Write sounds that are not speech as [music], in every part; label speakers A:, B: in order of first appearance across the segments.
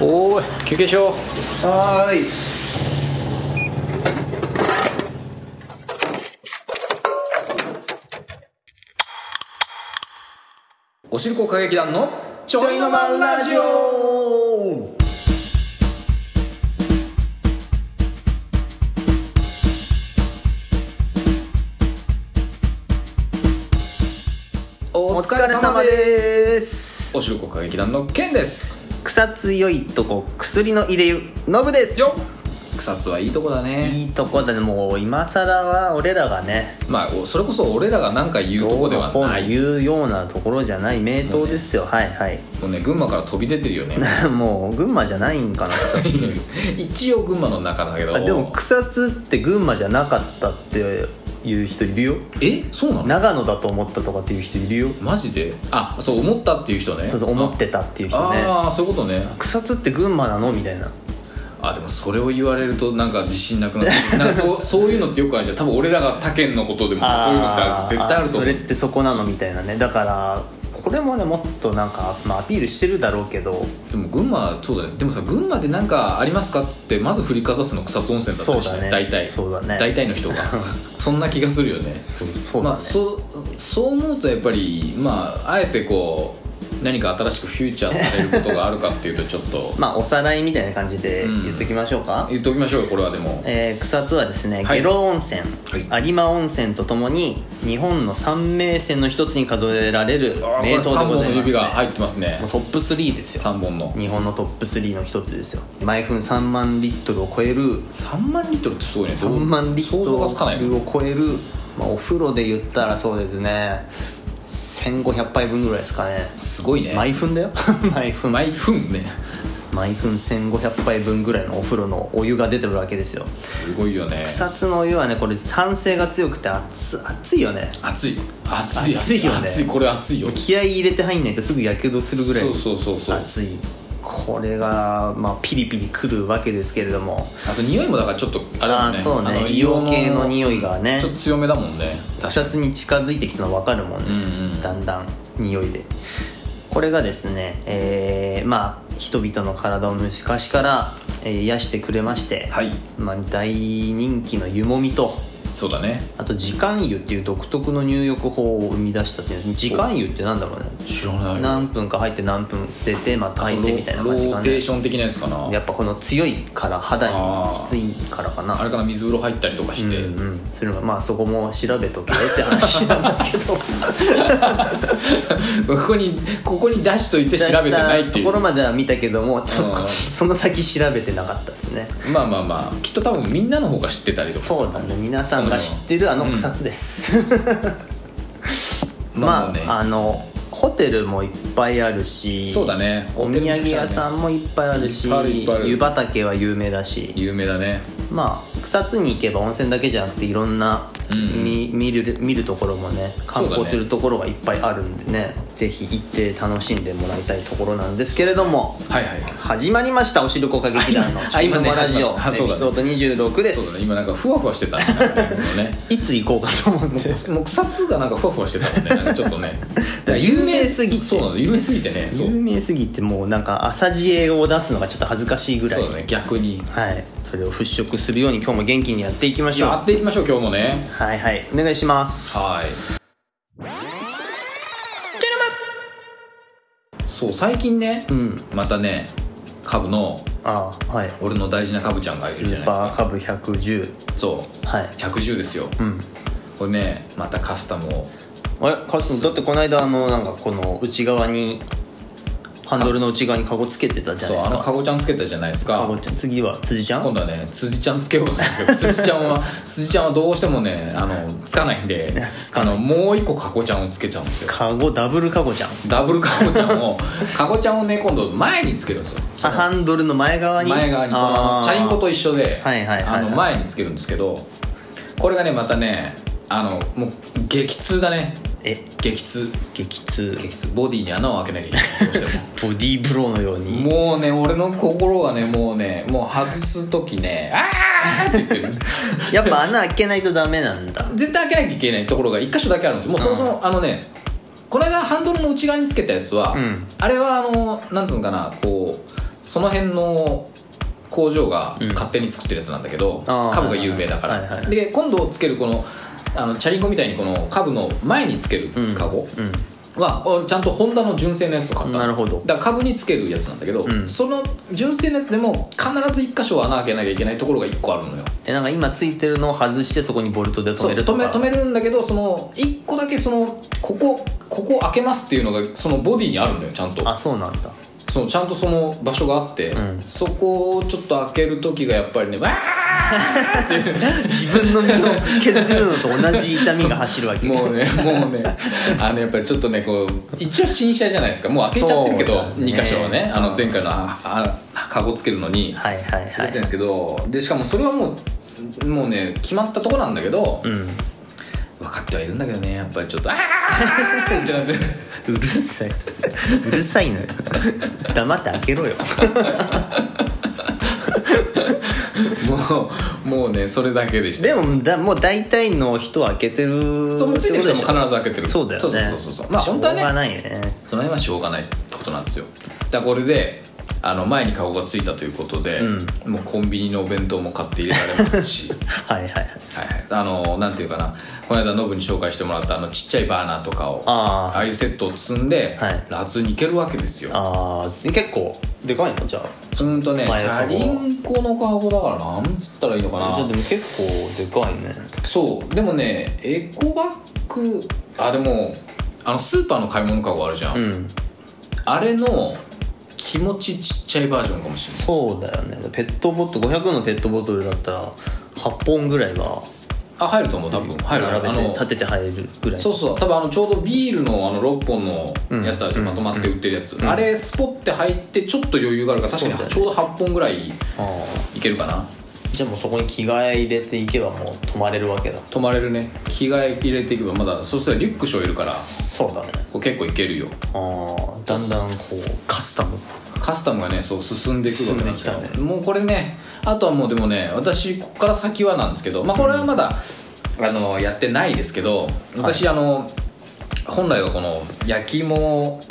A: おーい休憩しよう
B: はーい
A: おしるこ歌劇団のちょいのまんラジオ
B: オ
A: お
B: お
A: 疲れ様です
B: です
A: おしるこ歌劇団のケンです
B: 草強いとこ薬の入れ湯ノブです
A: よっ草津はいいとこだね
B: いいとこだねもう今更は俺らがね
A: まあおそれこそ俺らが何か言うとこでは
B: こう
A: ない
B: 言うようなところじゃない名刀ですよ、はいはい [laughs]
A: もうね群馬から飛び出てるよね
B: もう群馬じゃないんかな草津
A: [laughs] 一応群馬の中だけど
B: あでも草津って群馬じゃなかったっていう人いるよ
A: えそうなの
B: 長野だと思ったとかっていう人いるよ
A: マジであそう思ったっていう人ね
B: そうそう思ってたっていう人ね
A: ああーそういうことね
B: 草津って群馬なのみたいな
A: あでもそれを言われるとなんか自信なくなってなんか
B: [laughs]
A: そうそういうのってよくあるじゃん多分俺らが他県のことでもさそういうのってある絶対あると
B: ー
A: 思
B: そうれってそこなのみたいなねだからこれもねもっとなんか、まあ、アピールしてるだろうけど
A: でも群馬そうだねでもさ群馬で何かありますかっつってまず振りかざすの草津温泉だったりし
B: そう
A: て、
B: だね
A: 大体
B: そうだね
A: 大体の
B: [laughs]
A: 人がそんな気がするよね
B: そうそうだね、
A: まあ、そうそう思うとやっぱりまああえてこう何か新しくフューチャーされることがあるかっていうとちょっと
B: まあおさらいみたいな感じで言っときましょうか、
A: 言っておきましょうよこれはでも
B: えー草津はですね、
A: はい
B: 下呂温泉、
A: は
B: 有馬温泉とともに日本の三名泉の一つに数えられる
A: あーこ
B: [laughs] 名
A: れ
B: 湯でござ
A: 3
B: います、ね、
A: 本の指が入ってますね
B: もうトップ3ですよ
A: 3本の
B: 日本のトップ3の一つですよ毎分3万リットルを超える
A: 3万リットルってすごいねど
B: 3
A: う
B: 万リッ
A: 想像がつかない
B: ト
A: よ
B: ルを超える、まあ、お風呂で言ったらそうですね1500杯分ぐらいですかね
A: すごいね
B: 毎分だよ毎分
A: [laughs] 毎分ね
B: 毎分1500杯分ぐらいのお風呂のお湯が出てるわけですよ
A: すごいよね
B: 草津のお湯はねこれ酸性が強くて熱熱いよね
A: 熱い熱い
B: 熱いよね
A: 熱いこれ熱いよ
B: 気合い入れて入んないとすぐやけどするぐらい
A: そうそうそうそう
B: 熱いこれが、まあ、ピリピリくるわけですけれども
A: あと匂いもだからちょっとあれだもん
B: ああ
A: ね
B: そう
A: あ
B: ね
A: の
B: 硫黄系の匂いがね
A: ちょっと強めだもんね確か
B: 草津に近づいてきたの分かるもんね、
A: にうんうん
B: だんだん匂いでこれがですね、えーまあ人々の体を昔から、えー癒してくれまして、
A: はい
B: まあ、大人気の湯もみと
A: そうだね
B: あと時間湯っていう独特の入浴法を生み出したっていう時間湯ってなんだろうね
A: 知らない
B: 何分か入って何分出てまた
A: あそ
B: 入
A: の
B: ってみたいな
A: ロ
B: 感じか
A: ーテー
B: ね
A: ション的なやつかな
B: やっぱこの強いから肌にきついからかな
A: あれから水風呂入ったりとかして、
B: うんうんそれはまあそこも調べとけって話なんだけど
A: ここにここに出しといて調べてないってい
B: とこ
A: う
B: ろまでは見たけどもちょ
A: う
B: っ
A: ん
B: とその先調べてなかったですね
A: まあまあまあきっと多分みんなの方が知ってたりとかする
B: そうだね皆さんが知ってるあの草津です、
A: うんま
B: [laughs] ま
A: あ
B: あ、
A: ね
B: あのホテルもいっぱいあるし
A: そうだね
B: お土産屋さんもいっぱいあるし
A: いっぱいあるいっぱいある
B: 湯畑は有名だし
A: 有名だね
B: まあ草津に行けば温泉だけじゃなくていろんな、
A: うん
B: み見る見るところもね観
A: そう
B: 光
A: だね
B: するところがいっぱいあるんでねぜひ行って楽しんでもらいたいところなんですけれども
A: はいはい
B: 始まりましたおしるこ歌劇団の「
A: あ
B: ち
A: 今
B: ょいの間ラジオ」
A: あ
B: エ
A: そう
B: ピ
A: だね
B: ソード26で
A: そうだ
B: す、
A: ね今なんかふわふわしてたねなんかねもう [laughs] ね
B: いつ行こうかと思って
A: もう草津がなんかふわふわしてたもんねなんかちょっとね [laughs] だから有名すぎてそうなの有名すぎてねそう
B: 有名すぎてもうなんか朝知恵を出すのがちょっと恥ずかしいぐらい
A: そうだね逆に
B: はいそれを払拭するように今日も元気にやっていきましょう
A: やっていきましょう今日もね
B: はいはいお願いします
A: はいそう最近ね、
B: うん
A: またねカブの
B: ああはい
A: 俺の大事なカブちゃんがいるじゃないです
B: バ
A: か
B: ーカブ110
A: そう
B: はい
A: 110ですよ
B: うん
A: これねまたカスタムを
B: あれカスだってこの間あのなんかこの内側にハンドルの内側にカゴつけてたじゃな
A: そ
B: いうです
A: あの
B: か
A: カゴちゃんつけたじゃないです
B: カ
A: か
B: ゴちゃん次は辻ちゃん
A: 今度はね辻ちゃんつけようと思うんですけど
B: [laughs]
A: 辻ちゃんは辻ちゃんはどうしてもねあのつかないんで
B: つかない
A: あのもう一個カゴちゃんをつけちゃうんですよ
B: カゴダブルカゴちゃん
A: ダブルカゴちゃん
B: [laughs]
A: をカゴちゃんをね今度前につけるんですよ
B: あハンドルの前側に
A: 前側にこ
B: あ
A: の
B: ー
A: チャリンコと一緒で
B: はいはいはいは
A: あ
B: い
A: の前につけるんですけどこれがねまたねあのもう激痛だね
B: え
A: 激痛
B: 激痛
A: 激痛ボディに穴を開けなきゃいけないどうしても
B: [laughs] ボディーブローのように
A: もうね俺の心はねもうねもう外す時ね「ああ!」って言ってる
B: やっぱ穴開けないとダメなんだ
A: 絶対開けなきゃいけないところが一箇所だけあるんですよもうそもそもあのねこの間ハンドルの内側につけたやつは、
B: うん
A: あれはあのなんつうのかなこうその辺の工場が
B: うん
A: 勝手に作ってるやつなんだけど、
B: あー
A: 株が有名だから、
B: はいはいはい
A: で今度つけるこのあのチャリンコみたいにこの株の前につける
B: うん
A: カゴ
B: うん
A: は、おちゃんとホンダの純正のやつを買ったの
B: なるほど
A: だから株につけるやつなんだけど、
B: うん
A: その純正のやつでも必ず1箇所は穴開けなきゃいけないところが1個あるのよ
B: えなんか今ついてるのを外してそこにボルトで止
A: そう
B: める
A: 止
B: と
A: め
B: か
A: 止めるんだけどその1個だけそのここここ開けますっていうのがそのボディにあるのよちゃんと
B: あそうなんだ
A: そのちゃんとその場所があって、
B: うん
A: そこをちょっと開ける時がやっぱりねわーっていう
B: 自分の身を削るのと同じ痛みが走るわけ
A: もう
B: [laughs]
A: ねもうねあのやっぱりちょっとねこう一応新車じゃないですかもう開けちゃってるけ
B: そう
A: ど、
B: だね
A: 二2箇所はねあの前回のああカゴつけるのに
B: はいはい
A: や
B: は
A: ってるん
B: い
A: ですけど、でしかもそれはもうもうね決まったとこなんだけど、
B: うん
A: 分かってはいるんだけどねやっぱりちょっと「あー!」ってなって
B: うるさいうるさいのよ黙って開けろよ
A: もうもうねそれだけでした
B: でもだもう大体の人は開けてる
A: そうついてる人も
B: ってことでしょ
A: 必ず開けてる
B: そうだよね
A: そうそうそうそうまあ
B: しょう
A: 本当はね
B: がないよね
A: その辺はしょうがないことなんですよだからこれであの前に顔がついたということで、
B: う
A: もうコンビニのお弁当も買って入れられます
B: [laughs]
A: し
B: はいはい
A: は
B: はい
A: い、はい、あのなんていうかなこの間ノブに紹介してもらったあのちっちゃいバーナーとかを
B: あー
A: あいうセットを積んで、
B: はい
A: ラツに行けるわけですよ
B: あーで結構でかいのじゃあ
A: うんとねチ
B: 前の
A: ャ
B: 籠
A: リンコのカゴだからなんつったらいいのかな
B: じゃあでも結構でかいね
A: そうでもねエコバッグあでもあのスーパーの買い物カゴあるじゃん、
B: うん
A: あれの気持ちちっちゃいバージョンかもしれない
B: そうだよねペットボトル500のペットボトルだったら8本ぐらいは
A: あ入ると思う多分入る
B: 並
A: あ
B: べて
A: の
B: 立てて入るぐらい
A: そうそう多分あのちょうどビールのあの6本
B: う
A: の
B: ん
A: やつあるじゃんまとまって売ってるやつ、
B: ん
A: あれスポッて入ってちょっと余裕があるから確
B: そう
A: か
B: だ
A: に
B: ね
A: ちょうど8本ぐらい
B: あ
A: いけるかな
B: ーじゃあもうそこに着替え入れていけばもう止まれるわけだ
A: 泊まれるね着替え入れていけばまだそしたらリュック背負えるから
B: そうだね
A: こう結構いけるよ
B: あーだんだんこうカスタム
A: カスタムがねそう進んでいくわけなんですよ
B: 進んできた
A: もうこれねあとはもうでもね私ここから先はなんですけど、まあ、これはまだ、あのやってないですけど私、あの本来はこの焼き芋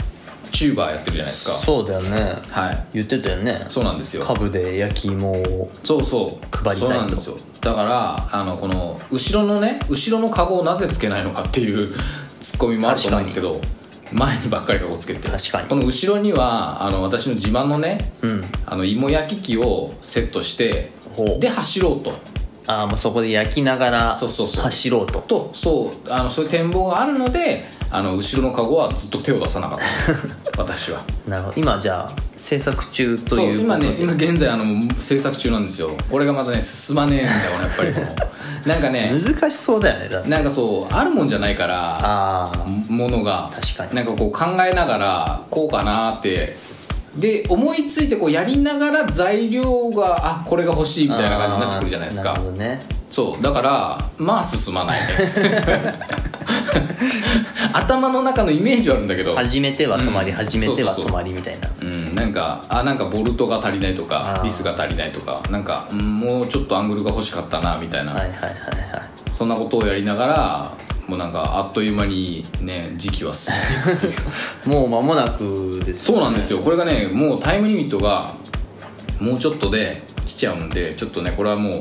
A: チューバーやってるじゃないですか
B: そうだよね
A: はい
B: 言ってたよね
A: そうなんですよ
B: 株で焼き芋を
A: そうそう
B: 配り
A: そう
B: たい
A: な
B: と
A: んですよだからあのこの後ろのね後ろのカゴをなぜつけないのかっていう [laughs] ツッコミもあると思うんですけど前にばっかりカゴつけて
B: 確かに
A: この後ろにはあの私の自慢のね
B: うん
A: あの芋焼き器をセットして
B: ほう
A: で走ろうと
B: ああもうそこで焼きながら
A: そうそうそう
B: 走ろうと
A: とそうあのそういう展望があるのであの後ろのカゴはずっと手を出さなかったんです
B: [laughs]
A: 私は
B: なるほど今じゃあ制作中と
A: そう
B: いう
A: 今ね
B: こと
A: 今現在あの制作中なんですよこれがまたね進まねえんだよねやっぱりこのなんか
B: [laughs]
A: ね
B: で難しそうだよねだって
A: なんかそうあるもんじゃないから
B: ああ
A: ものが
B: 確かに
A: なんかこう考えながらこうかなってで思いついてこうやりながら材料があこれが欲しいみたいな感じになってくるじゃないです
B: あー
A: か
B: なるほどね
A: そうだからまあ進
B: [laughs]
A: まないね頭の中のイメージはあるんだけど
B: 始めては止まり、
A: うん
B: 始めては
A: そうそうそう
B: 止まりみたいな
A: うん、なんかあなんかボルトが足りないとか
B: あー
A: リスが足りないとかなんか、うんもうちょっとアングルが欲しかったなみたいな、
B: はいはいはいはい
A: そんなことをやりながらもうなんかあっという間にね時期は進んでいくっていう
B: もう間もなくです
A: そうなんですよこれがねもうタイムリミットがもうちょっとで来ちゃうんでちょっとねこれはもう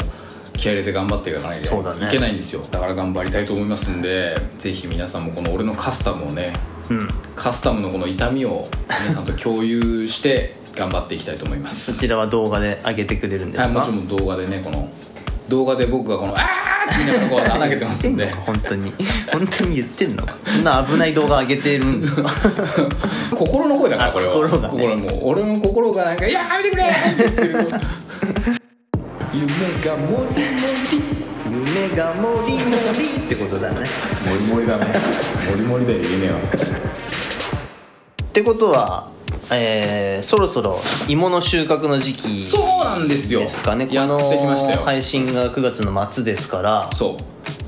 A: 気合入れて頑張っていかない
B: そうだ
A: と
B: ね
A: いけないんですよだから頑張りたいと思いますんでぜひ皆さんもこの俺のカスタムをね
B: うん
A: カスタムのこの痛みを皆さんと共有して頑張っていきたいと思いま
B: そ
A: す
B: ちらは動画で上げてくれるんです
A: は
B: か、
A: い、もちろん動画でねこの動画で僕がこの「あー!」って言いながらこう穴開けてますんで
B: 本当に [laughs] 本当に言ってんのそんな危ない動画上げてるんですか
A: 心の声だからこれは
B: あ心がね
A: もう俺の心がなんか「いやーやめてくれ!」って言ってる夢がもり
B: 夢がもりもりってことだね
A: もりもりだねもりもりだよ夢は
B: ってことはえー、そろそろ芋の収穫の時期
A: そうなんですよ
B: ですかね
A: やってきました
B: こ
A: よ
B: の配信が9月の末ですから
A: そう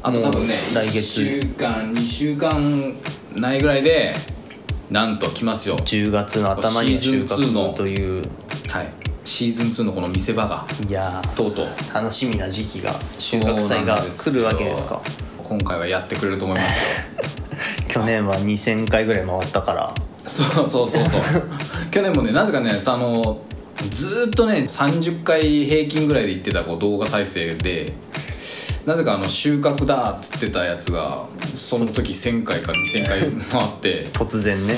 A: あと多分ね
B: もう来月
A: 1週間2週間ないぐらいでなんと来ますよ
B: 10月の頭には
A: シ
B: 収
A: ーズン2の
B: 穫という
A: はいシーズン2のこの見せ場が
B: いやー
A: とうとう
B: 楽しみな時期が収穫祭が来るわけですか
A: 今回はやってくれると思いますよ
B: 去年は2000回ぐらい回ったから
A: そうそうそうそう去年もねなぜかねさあのずーっとね30回平均ぐらいで言ってたこう動画再生でなぜかあの収穫だっつってたやつがその時1000回か2000回回って
B: 突然ね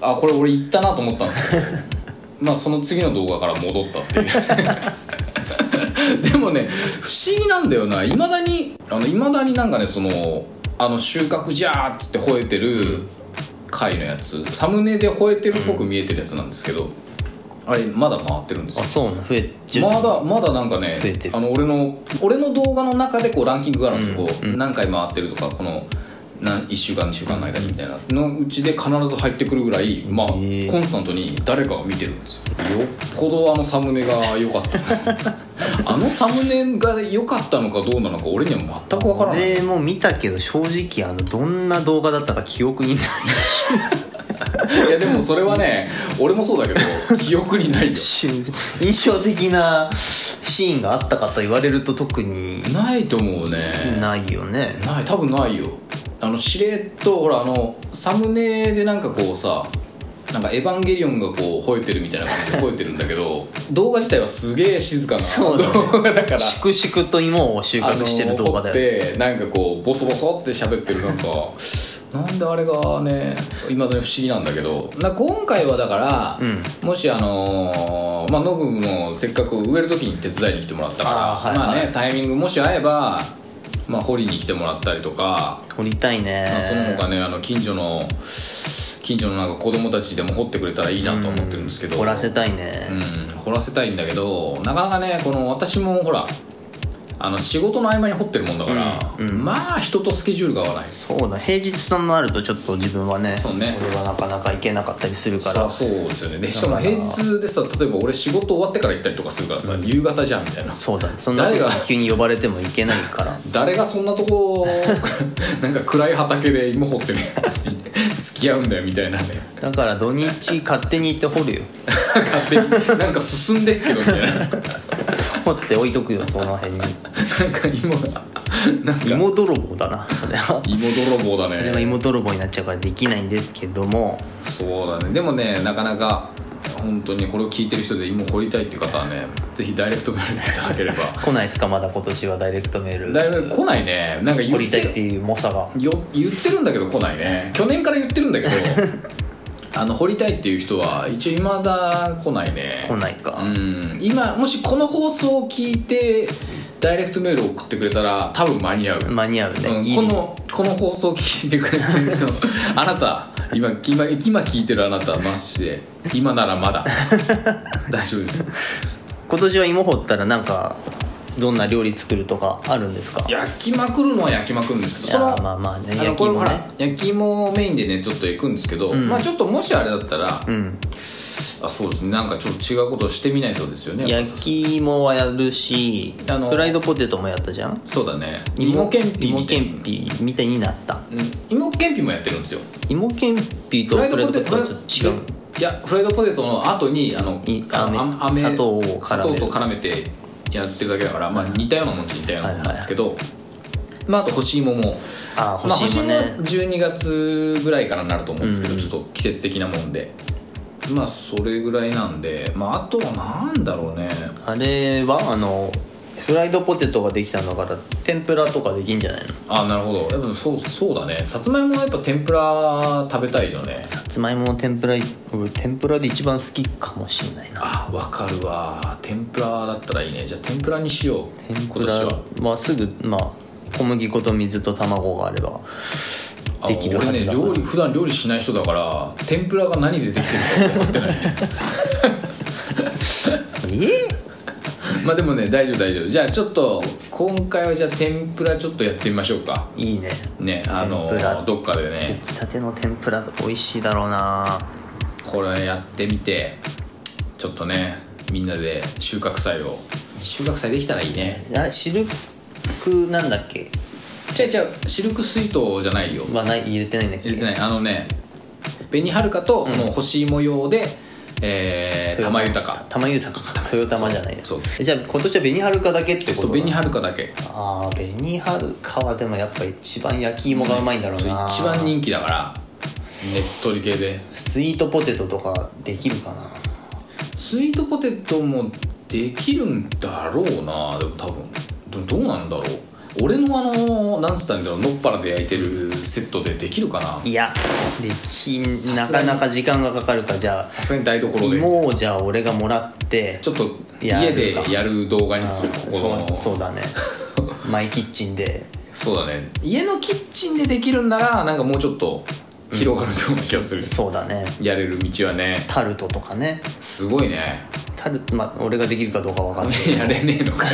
A: あこれ俺行ったなと思ったんですけどまあその次の動画から戻ったっていうでもね不思議なんだよないまだにあの未だになんかねそのあの収穫じゃーっつって吠えてる回のやつサムネで吠えてるっぽく見えてるやつなんですけど、あれまだ回ってるんです
B: あ
A: よ
B: そうな増えち
A: ま
B: ゃう
A: だまだなんかね
B: 増えてる
A: あの俺の俺の動画の中でこうランキングがあるんですよ、こう何回回ってるとかこの何1週間2週間の間にみたいなのうちで必ず入ってくるぐらい、まあ、コ
B: へえ
A: ンスタントに誰かが見てるんですよよっぽどあのサムネが良かった
B: [laughs]
A: あのサムネが良かったのかどうなのか俺には全く分からない
B: 俺も見たけど正直あのどんな動画だったか記憶にない
A: いやでもそれはね俺もそうだけど記憶に
B: [laughs]
A: ないよ
B: し印象的なシーンがあったかと言われると特に
A: ないと思うね
B: ないよね
A: ない多分ないよあのしれっとほらあのサムネでなんかこうさなんかエヴァンゲリオンがこう吠えてるみたいな感じで吠えてるんだけど [laughs] 動画自体はすげえ静か
B: そうだ
A: な
B: ね
A: 動画だから
B: 粛々と芋を収
A: あの
B: 穫してる動画だよ
A: 掘ってなんかこうボソボソって喋ってるなんかなんであれがねいまだに不思議なんだけどな今回はだから、
B: うん
A: もしあのーまあノブもせっかく植える時に手伝いに来てもらったから
B: あーはい
A: まあ
B: は
A: ねタイミングもし合えば、まあ、掘りに来てもらったりとか
B: 掘りたいね
A: まあ、その他ねあの近所の近所のなんか子供たちでも掘ってくれたらいいなと思ってるんですけど、うん、
B: 掘らせたいね、
A: 掘らせたいんだけどなかなかねこの私もほらあの仕事の合間に掘ってるもんだから、
B: うんうん
A: まあ人とスケジュールが合わない
B: そうだ平日となるとちょっと自分はね
A: そうね
B: これはなかなか行けなかったりするから
A: そうそうですよねでしかも平日でさ例えば俺仕事終わってから行ったりとかするからさ、夕方じゃんみたいな
B: そうだそんな
A: 誰が
B: 急に呼ばれても行けない
A: [laughs]
B: から
A: 誰がそんなと
B: [laughs]
A: こなんか暗い畑で芋掘ってるやつに付き合うんだよみたいなね
B: だから土日勝手に行って掘るよ
A: 勝手になんか進んでっけどみたいな
B: 掘って置いとくよその辺に
A: [laughs] なんか芋がなんか
B: 芋泥棒だなそれは
A: 芋泥棒だ
B: それは
A: ね
B: 芋泥棒になっちゃうからできないんですけども
A: そうだねでもねなかなか本当にこれを聞いてる人で芋掘りたいっていう方はねぜひダイレクトメールいただければ
B: [laughs] 来ないですかまだ今年はダイレクトメール
A: だいぶ来ないねなんか
B: 掘
A: 言
B: り
A: った
B: いって
A: て
B: いう猛者が
A: よ言ってるんだけど来ないね去年から言ってるんだけ
B: [laughs]
A: どあの掘りたいっていう人は一応いまだ来ないね
B: 来ないか、
A: うん今もしこの放送を聞いてダイレクトメールを送ってくれたら多分間に合う
B: 間に合うね、
A: うん
B: ギリ
A: このこの放送を聞いてくれてる人 [laughs] あなた今今今聞いてるあなたマジで今ならまだ [laughs] 大丈夫です
B: 今年は芋掘ったらなんかどんな料理作るとかあるんですか
A: 焼きまくるのは焼きまくるんですけどそ
B: い
A: の
B: やまあまあね
A: あの
B: 焼き
A: これ
B: 芋
A: ほ
B: ね
A: ら焼き芋をメインでねちょっと焼くんですけど、
B: ん
A: まあちょっともしあれだったら、
B: うん
A: あそうですねなんかちょっと違うことをしてみないとですよねやっぱ
B: 焼き芋はやるし
A: あの
B: フライドポテトもやったじゃん
A: そうだね芋けんぴ
B: 芋
A: みた
B: け
A: い
B: んぴみたいになった
A: なうん芋けんぴもやってるんですよ
B: 芋けんぴとフライドポテトはちょっと違う
A: いやフライドポテトの後にあの
B: い
A: あ
B: 飴
A: あ
B: 砂糖を絡める
A: 砂糖と絡めてやってるだけだから、まあ、似たようなもんじゃ似たようなもんなんですけど、まあ、あと干し芋も
B: あ
A: まあ、
B: 干し芋ね
A: 干し芋は12月ぐらいからになると思うんですけど、
B: うんうん
A: ちょっと季節的なもんでまあそれぐらいなんで、まあ、あとはなんだろうね
B: あれはあのフライドポテトができたんだから天ぷらとかできんじゃないの
A: あなるほどやっぱそうそうだねさつまいもはやっぱ天ぷら食べたいよね
B: さつまいもの天ぷら俺天ぷらで一番好きかもしんないな
A: あわかるわ天ぷらだったらいいねじゃあ天ぷらにしよう
B: 天ぷ
A: 今
B: ら
A: 年は
B: はすぐまあ小麦粉と水と卵があれば
A: あ
B: できるはずだから
A: 俺ね料理普段料理しない人だから天ぷらが何でできてるか分かってない [laughs]
B: え
A: まあでもね大丈夫大丈夫じゃあちょっと今回はじゃあ天ぷらちょっとやってみましょうか
B: いいね
A: ねあの
B: 天ぷら
A: どっかでね
B: 出来たての天ぷらと美味しいだろうな
A: これやってみてちょっとねみんなで収穫祭を収穫祭できたらいいね
B: あシルクなんだっけ
A: 違う違うシルクスイートじゃないよ
B: はない入れてないんだっけ
A: 入れてないあのね紅はるかとその干し芋用で、えー、玉豊か
B: 玉豊か豊玉じゃない
A: そう
B: えじゃあ今年は紅はるかだけってこと
A: そう紅はるかだけ
B: ああ紅はるかはでもやっぱ一番焼き芋がうまいんだろう
A: そう
B: な
A: 一番人気だからねっとり系で
B: スイートポテトとかできるかな
A: スイートポテトもできるんだろうなでも多分でもどうなんだろう俺のあのなんつったらいいんだろうのっぱらで焼いてるセットでできるかない
B: やできん
A: さ
B: な
A: すが
B: か
A: に
B: なか時間がかかるかじゃあ
A: さすがに台所で
B: 芋をじゃあ俺がもらって
A: ちょっと
B: や
A: 家で
B: るか
A: やる動画にする
B: あ
A: こ
B: ー
A: こ
B: そ
A: の [laughs]
B: うそうだねマイキッチンで
A: そうだね家のキッチンでできるんならなんかもうちょっと広がるような気がする、
B: そうだね
A: やれる道はね
B: タルトとかね
A: すごいね
B: タルトまあ俺ができるかどうかわか
A: [laughs]
B: んない
A: やれねえのかよ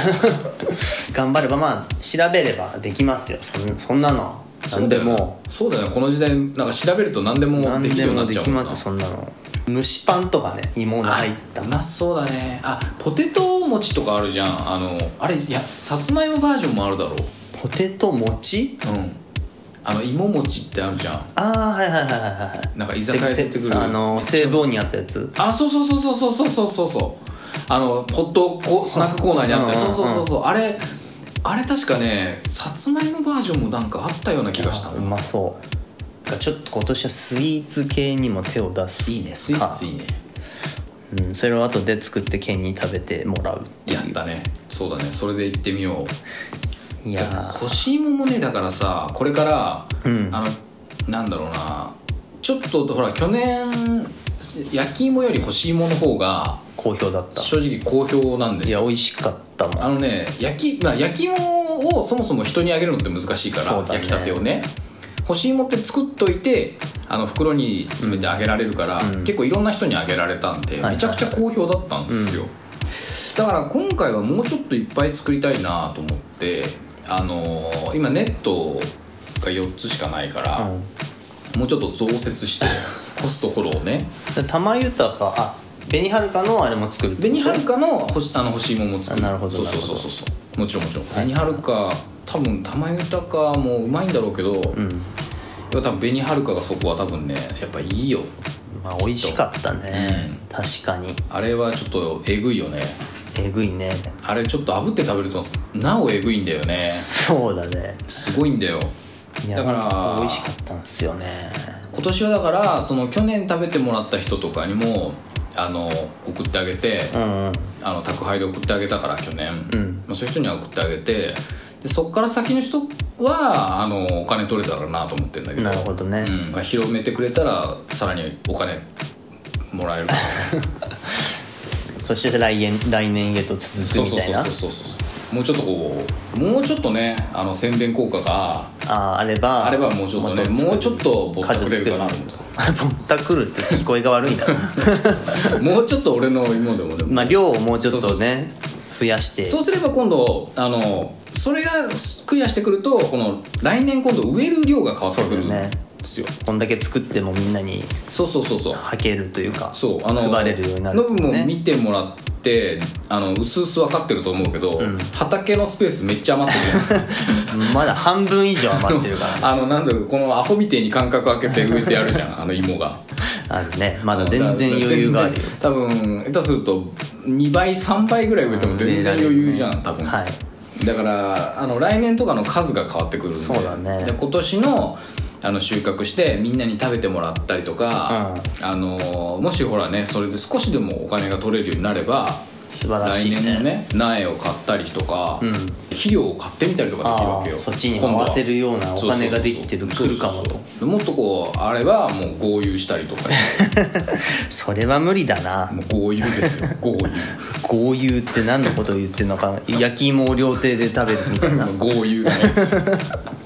B: 頑張ればまあ調べればできますよそんそんなの
A: そ
B: 何
A: う
B: で
A: だよな
B: も
A: そうだよねこの時代なんか調べると何でも
B: 何
A: できる
B: で
A: ようになっ
B: もで
A: ちゃう
B: き
A: もん
B: ま
A: な
B: すよそんなの蒸しパンとかね芋の
A: あ
B: 入った
A: うまそうだねあポテト餅とかあるじゃんあのあれいやさつまいもバージョンもあるだろう
B: ポテト餅
A: うんあの芋餅ってあるじゃん
B: ああはいはいはいはいはい
A: なんか居酒屋で出てく
B: せせ
A: る
B: あの
A: めっちゃ
B: 西武王にあったやつ
A: あそうそうそうそうそうそうそうそうあのホットコスナックコーナーにあった
B: うんうん
A: そううんそうそうそうあれあれ確かねさつまいもバージョンもなんかあったような気がした
B: あうまそうだからちょっと今年はスイーツ系にも手を出す
A: いいねスイーツいいね
B: うん、それを後で作ってケンに食べてもらうってい
A: やったねそうだねそれで行ってみよう
B: ういや
A: 干し芋もねだからさこれから、
B: うん
A: あのなんだろうなちょっとほら去年焼き芋より干し芋の方が
B: ー好評だった
A: 正直好評なんで
B: い
A: す
B: や
A: よ
B: 美味しかったもん
A: あのね焼き,、まあ、焼き芋をそもそも人にあげるのって難しいか
B: そ
A: ら、
B: うだね
A: 焼きたてをね干し芋って作っといてあの袋に詰めてあげられるから、
B: うん
A: 結構いろんな人にあげられたんで、
B: いはい
A: めちゃくちゃ好評だったんですよ、だから今回はもうちょっといっぱい作りたいなと思ってあのー今ネットが4つしかないから、
B: うん
A: もうちょっと増設して干すところをね
B: で玉豊かあ紅はるかのあれも作るってこと
A: 紅はるかの星あの星芋も作る
B: あなるほど
A: そうそう
B: なる
A: そう
B: ほ
A: そ
B: ど
A: うそうもちろんもちろん紅はるか多分玉豊かもうまいんだろうけど、
B: う
A: いや
B: ん
A: 多分紅はるかがそこは多分ねやっぱいいよ
B: まあ美味しかったね、
A: う
B: 確かに
A: あれはちょっとえぐいよね
B: えぐいね
A: あれちょっと炙って食べるとなおえぐいんだよね
B: そうだね
A: すごいんだよ
B: いや
A: だから
B: 本当美味しかったんですよね
A: 今年はだからその去年食べてもらった人とかにもあの送ってあげて、
B: うんうん
A: あの宅配で送ってあげたから去年、
B: うん
A: まあ、そういう人には送ってあげてでそっから先の人はあのお金取れたらなと思ってるんだけど
B: なるほどね
A: うんまあ、広めてくれたらさらにお金もらえる
B: [laughs]
A: から
B: そして来年来年へと続
A: そう
B: く
A: そ
B: み
A: う
B: たい
A: そうそ
B: な
A: うそうそうもうちょっとこうもうちょっとねあの宣伝効果
B: [laughs]
A: が
B: あーあれば
A: あればもうちょっとね
B: もっ
A: もうちょっとぼった
B: 数
A: くれ
B: 作
A: る
B: る
A: かなと
B: あぼったくるって聞こえが悪
A: [laughs]
B: いな
A: 思ってもうちょっと俺の芋でもでも、
B: まあ量をもうちょっ
A: そう
B: と
A: そうそ
B: ね増やして
A: そうすれば今度あのそれがクリアしてくるとこの来年今度植える量が変わってくるんですよ
B: こんだけ作ってもみんなに
A: そうそうそうそう
B: 履けるというか
A: そうあの
B: 配れるようになる
A: ノ
B: と
A: ブ
B: ね
A: も見てもらってあの薄々分かってると思うけど、畑のスペースめっちゃ余ってる
B: まだ半分以上 [laughs] 余ってる
A: [laughs]
B: から、ね、
A: あのなんだろうこのアホみてえに間隔空けて植えてやるじゃんあの芋が
B: あるねまだ全然余裕があるよ
A: 全然多分下手すると2倍3倍ぐらい植えても全然余裕じゃん多分、
B: はい
A: だからあの来年とかの数が変わってくるんで
B: そうだね
A: で今年のあの収穫してみんなに食べてもらったりとか、あのもしほらねそれで少しでもお金が取れるようになれば
B: 素晴らし
A: 来
B: いね
A: 年のね苗を買ったりとか、
B: ん
A: 肥料を買ってみたりとかできるわ
B: あ
A: けよ
B: あそっちに
A: 今
B: 合
A: 度は
B: わせるようなお
A: そうそうそう
B: 金ができてる
A: そうそう
B: 来る
A: そ
B: か
A: う
B: もと
A: もっとこうあればもう豪遊したり
B: [laughs]
A: とかね
B: それは無理だな
A: もう豪遊ですよ豪遊
B: 豪遊って何のことを言ってるのか焼き芋を料亭で食べるみた
A: [laughs]
B: いな
A: 豪遊だね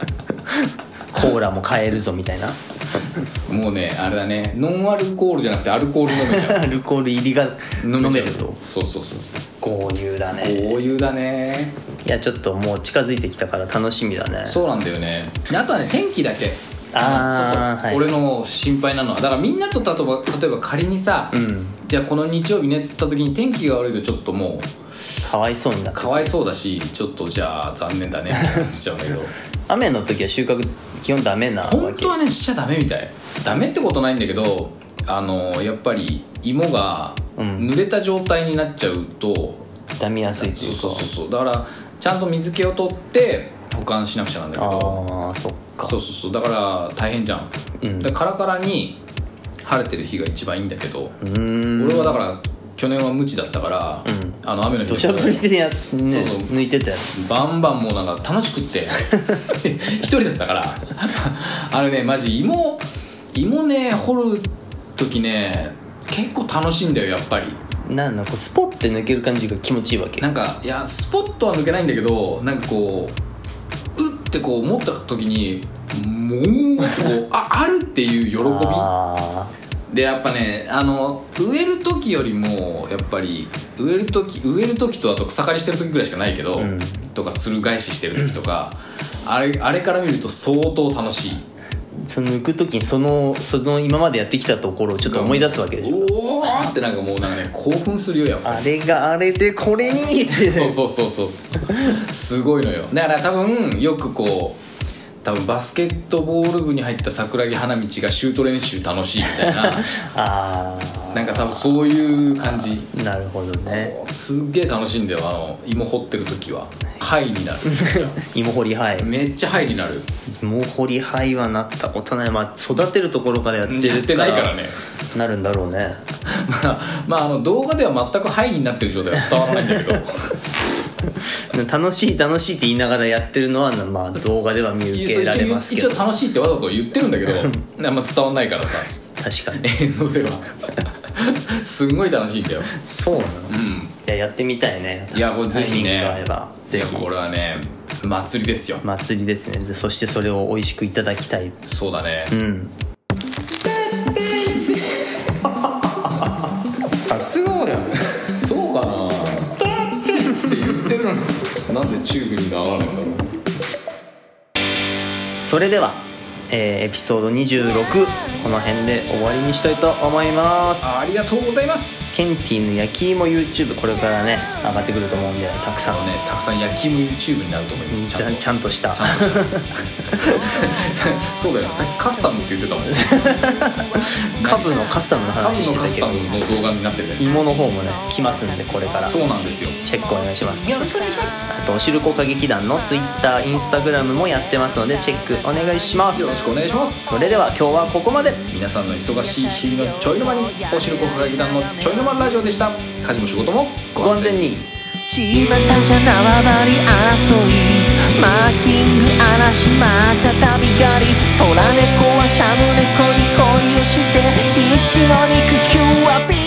B: コーラも買えるぞみたいな [laughs]
A: もうねあれだねノンアルコールじゃなくてアルコール飲めちゃう
B: アルコール入りが飲め
A: ちゃう
B: ると
A: そうそうそう
B: 豪遊だね
A: 豪遊だね
B: いやちょっともう近づいてきたから楽しみだね
A: そうなんだよねあとはね天気だけそ
B: あー
A: うそう
B: はい
A: 俺の心配なのはだからみんなと例えば例えば仮にさ、
B: うん
A: じゃあこの日曜日ねっつった時に天気が悪いとちょっともう
B: かわいそうになっ
A: か
B: た
A: わいそうだしちょっとじゃあ残念だねみたいになっちゃうん
B: [laughs]
A: だけど
B: 雨の時は収穫基本ダメなわけ
A: 本当はねしちゃダメみたいダメってことないんだけどあのやっぱり芋が
B: うん
A: 濡れた状態になっちゃうと、
B: 傷みやすいとい
A: そうう
B: か
A: そうそうそうだからちゃんと水気を取って保管しなくちゃなんだけど
B: ああそっか
A: そうそうそうだから大変じゃん、
B: うん
A: だからカラカラに晴れてる日が一番いいんだけど、
B: うーん
A: 俺はだから去年は無知だったから、
B: うん
A: あの雨の日
B: 土
A: の
B: 砂降りでや、ね、
A: そう
B: 抜いてたよね
A: バンバンもうなんか楽しくって一人だったからあれねマジ芋芋ね掘る時ね結構楽しいんだよやっぱり
B: なんだこうスポッて抜ける感じが気持ちいいわけ
A: なんかいやスポットは抜けないんだけどなんかこううってこう持った時にもうってこうああるっていう喜び
B: あ
A: でやっぱねあの植える時よりもやっぱり植える時植える時とあと草刈りしてる時ぐらいしかないけど、
B: うん
A: とかつる返ししてる時とか、あれあれから見ると相当楽しい
B: ーその抜く時にそのその今までやってきたところをちょっと思い出すわけでしょ
A: おおーってなんかもうなんかね興奮するよやっぱ
B: あれがあれでこれにって
A: そうそうそうそうすごいのよだから多分よくこう多分バスケットボール部に入った桜木花道がシュート練習楽しいみたいな
B: あ
A: なんか多分そういう感じ
B: あなるほどね
A: すっげえ楽しいんだよあの芋掘ってる時はハイになる
B: 芋掘り灰
A: めっちゃハイになる
B: 芋掘り灰はなったことないまあ育てるところからやってる
A: やってないからね
B: なるんだろうね
A: まあ、まあ、あの動画では全くハイになってる状態は伝わらないんだけ
B: [laughs]
A: ど
B: 楽しい楽しいって言いながらやってるのは、まあ、動画では見受
A: そ
B: け
A: う
B: ら
A: 一
B: れ
A: 応
B: ますけ
A: 一
B: ど
A: 応楽しいってわざと言ってるんだけどあんま伝わんないからさ
B: 確かに
A: 映像では [laughs] すんごい楽しいんだよ
B: そうなの
A: う
B: いややってみたいね
A: んいやこれぜひね
B: タイミングが合えばぜ
A: いや
B: ひ
A: これはね祭りですよ
B: 祭りですねぜそしてそれを美味しくいただきたい
A: そうだね
B: うん
A: あっちの方やんそうかなって言ってるのになんでチューブにならないんだろう
B: それでは、えーエピソード26この辺で終わりにしたいと思います
A: ありがとうございます
B: ケンティーの焼き芋 YouTube これからね上がってくると思うんでたくさ
A: あの
B: ん
A: ねたくさん焼き芋 YouTube になると思います
B: ちゃん
A: ち
B: ちゃんとした
A: ゃんとした [laughs] そうだよさっきカスタムって言ってたもん
B: [laughs] カブのカスタムの
A: カブの
B: 話
A: カ
B: し
A: ス
B: てた
A: タ
B: け
A: ム
B: ど
A: の動画になってて
B: 芋の方もね来ますんでこれから
A: そうなんですよ
B: チェックお願いします
A: よろしくお願いします
B: あとおしるこ歌劇団の TwitterInstagram もやってますのでチェックお願いします
A: よろしくお願いします
B: それでは今日はここまで
A: 皆さんの忙しい日々のちょいの間におしるこ歌劇団のちょいの間ラジオでした家事も仕事も
B: ご安全に
C: 巷じゃ縄張り争いマーキング嵐またたび狩り虎猫はシャム猫に恋をして必死の肉球をアピール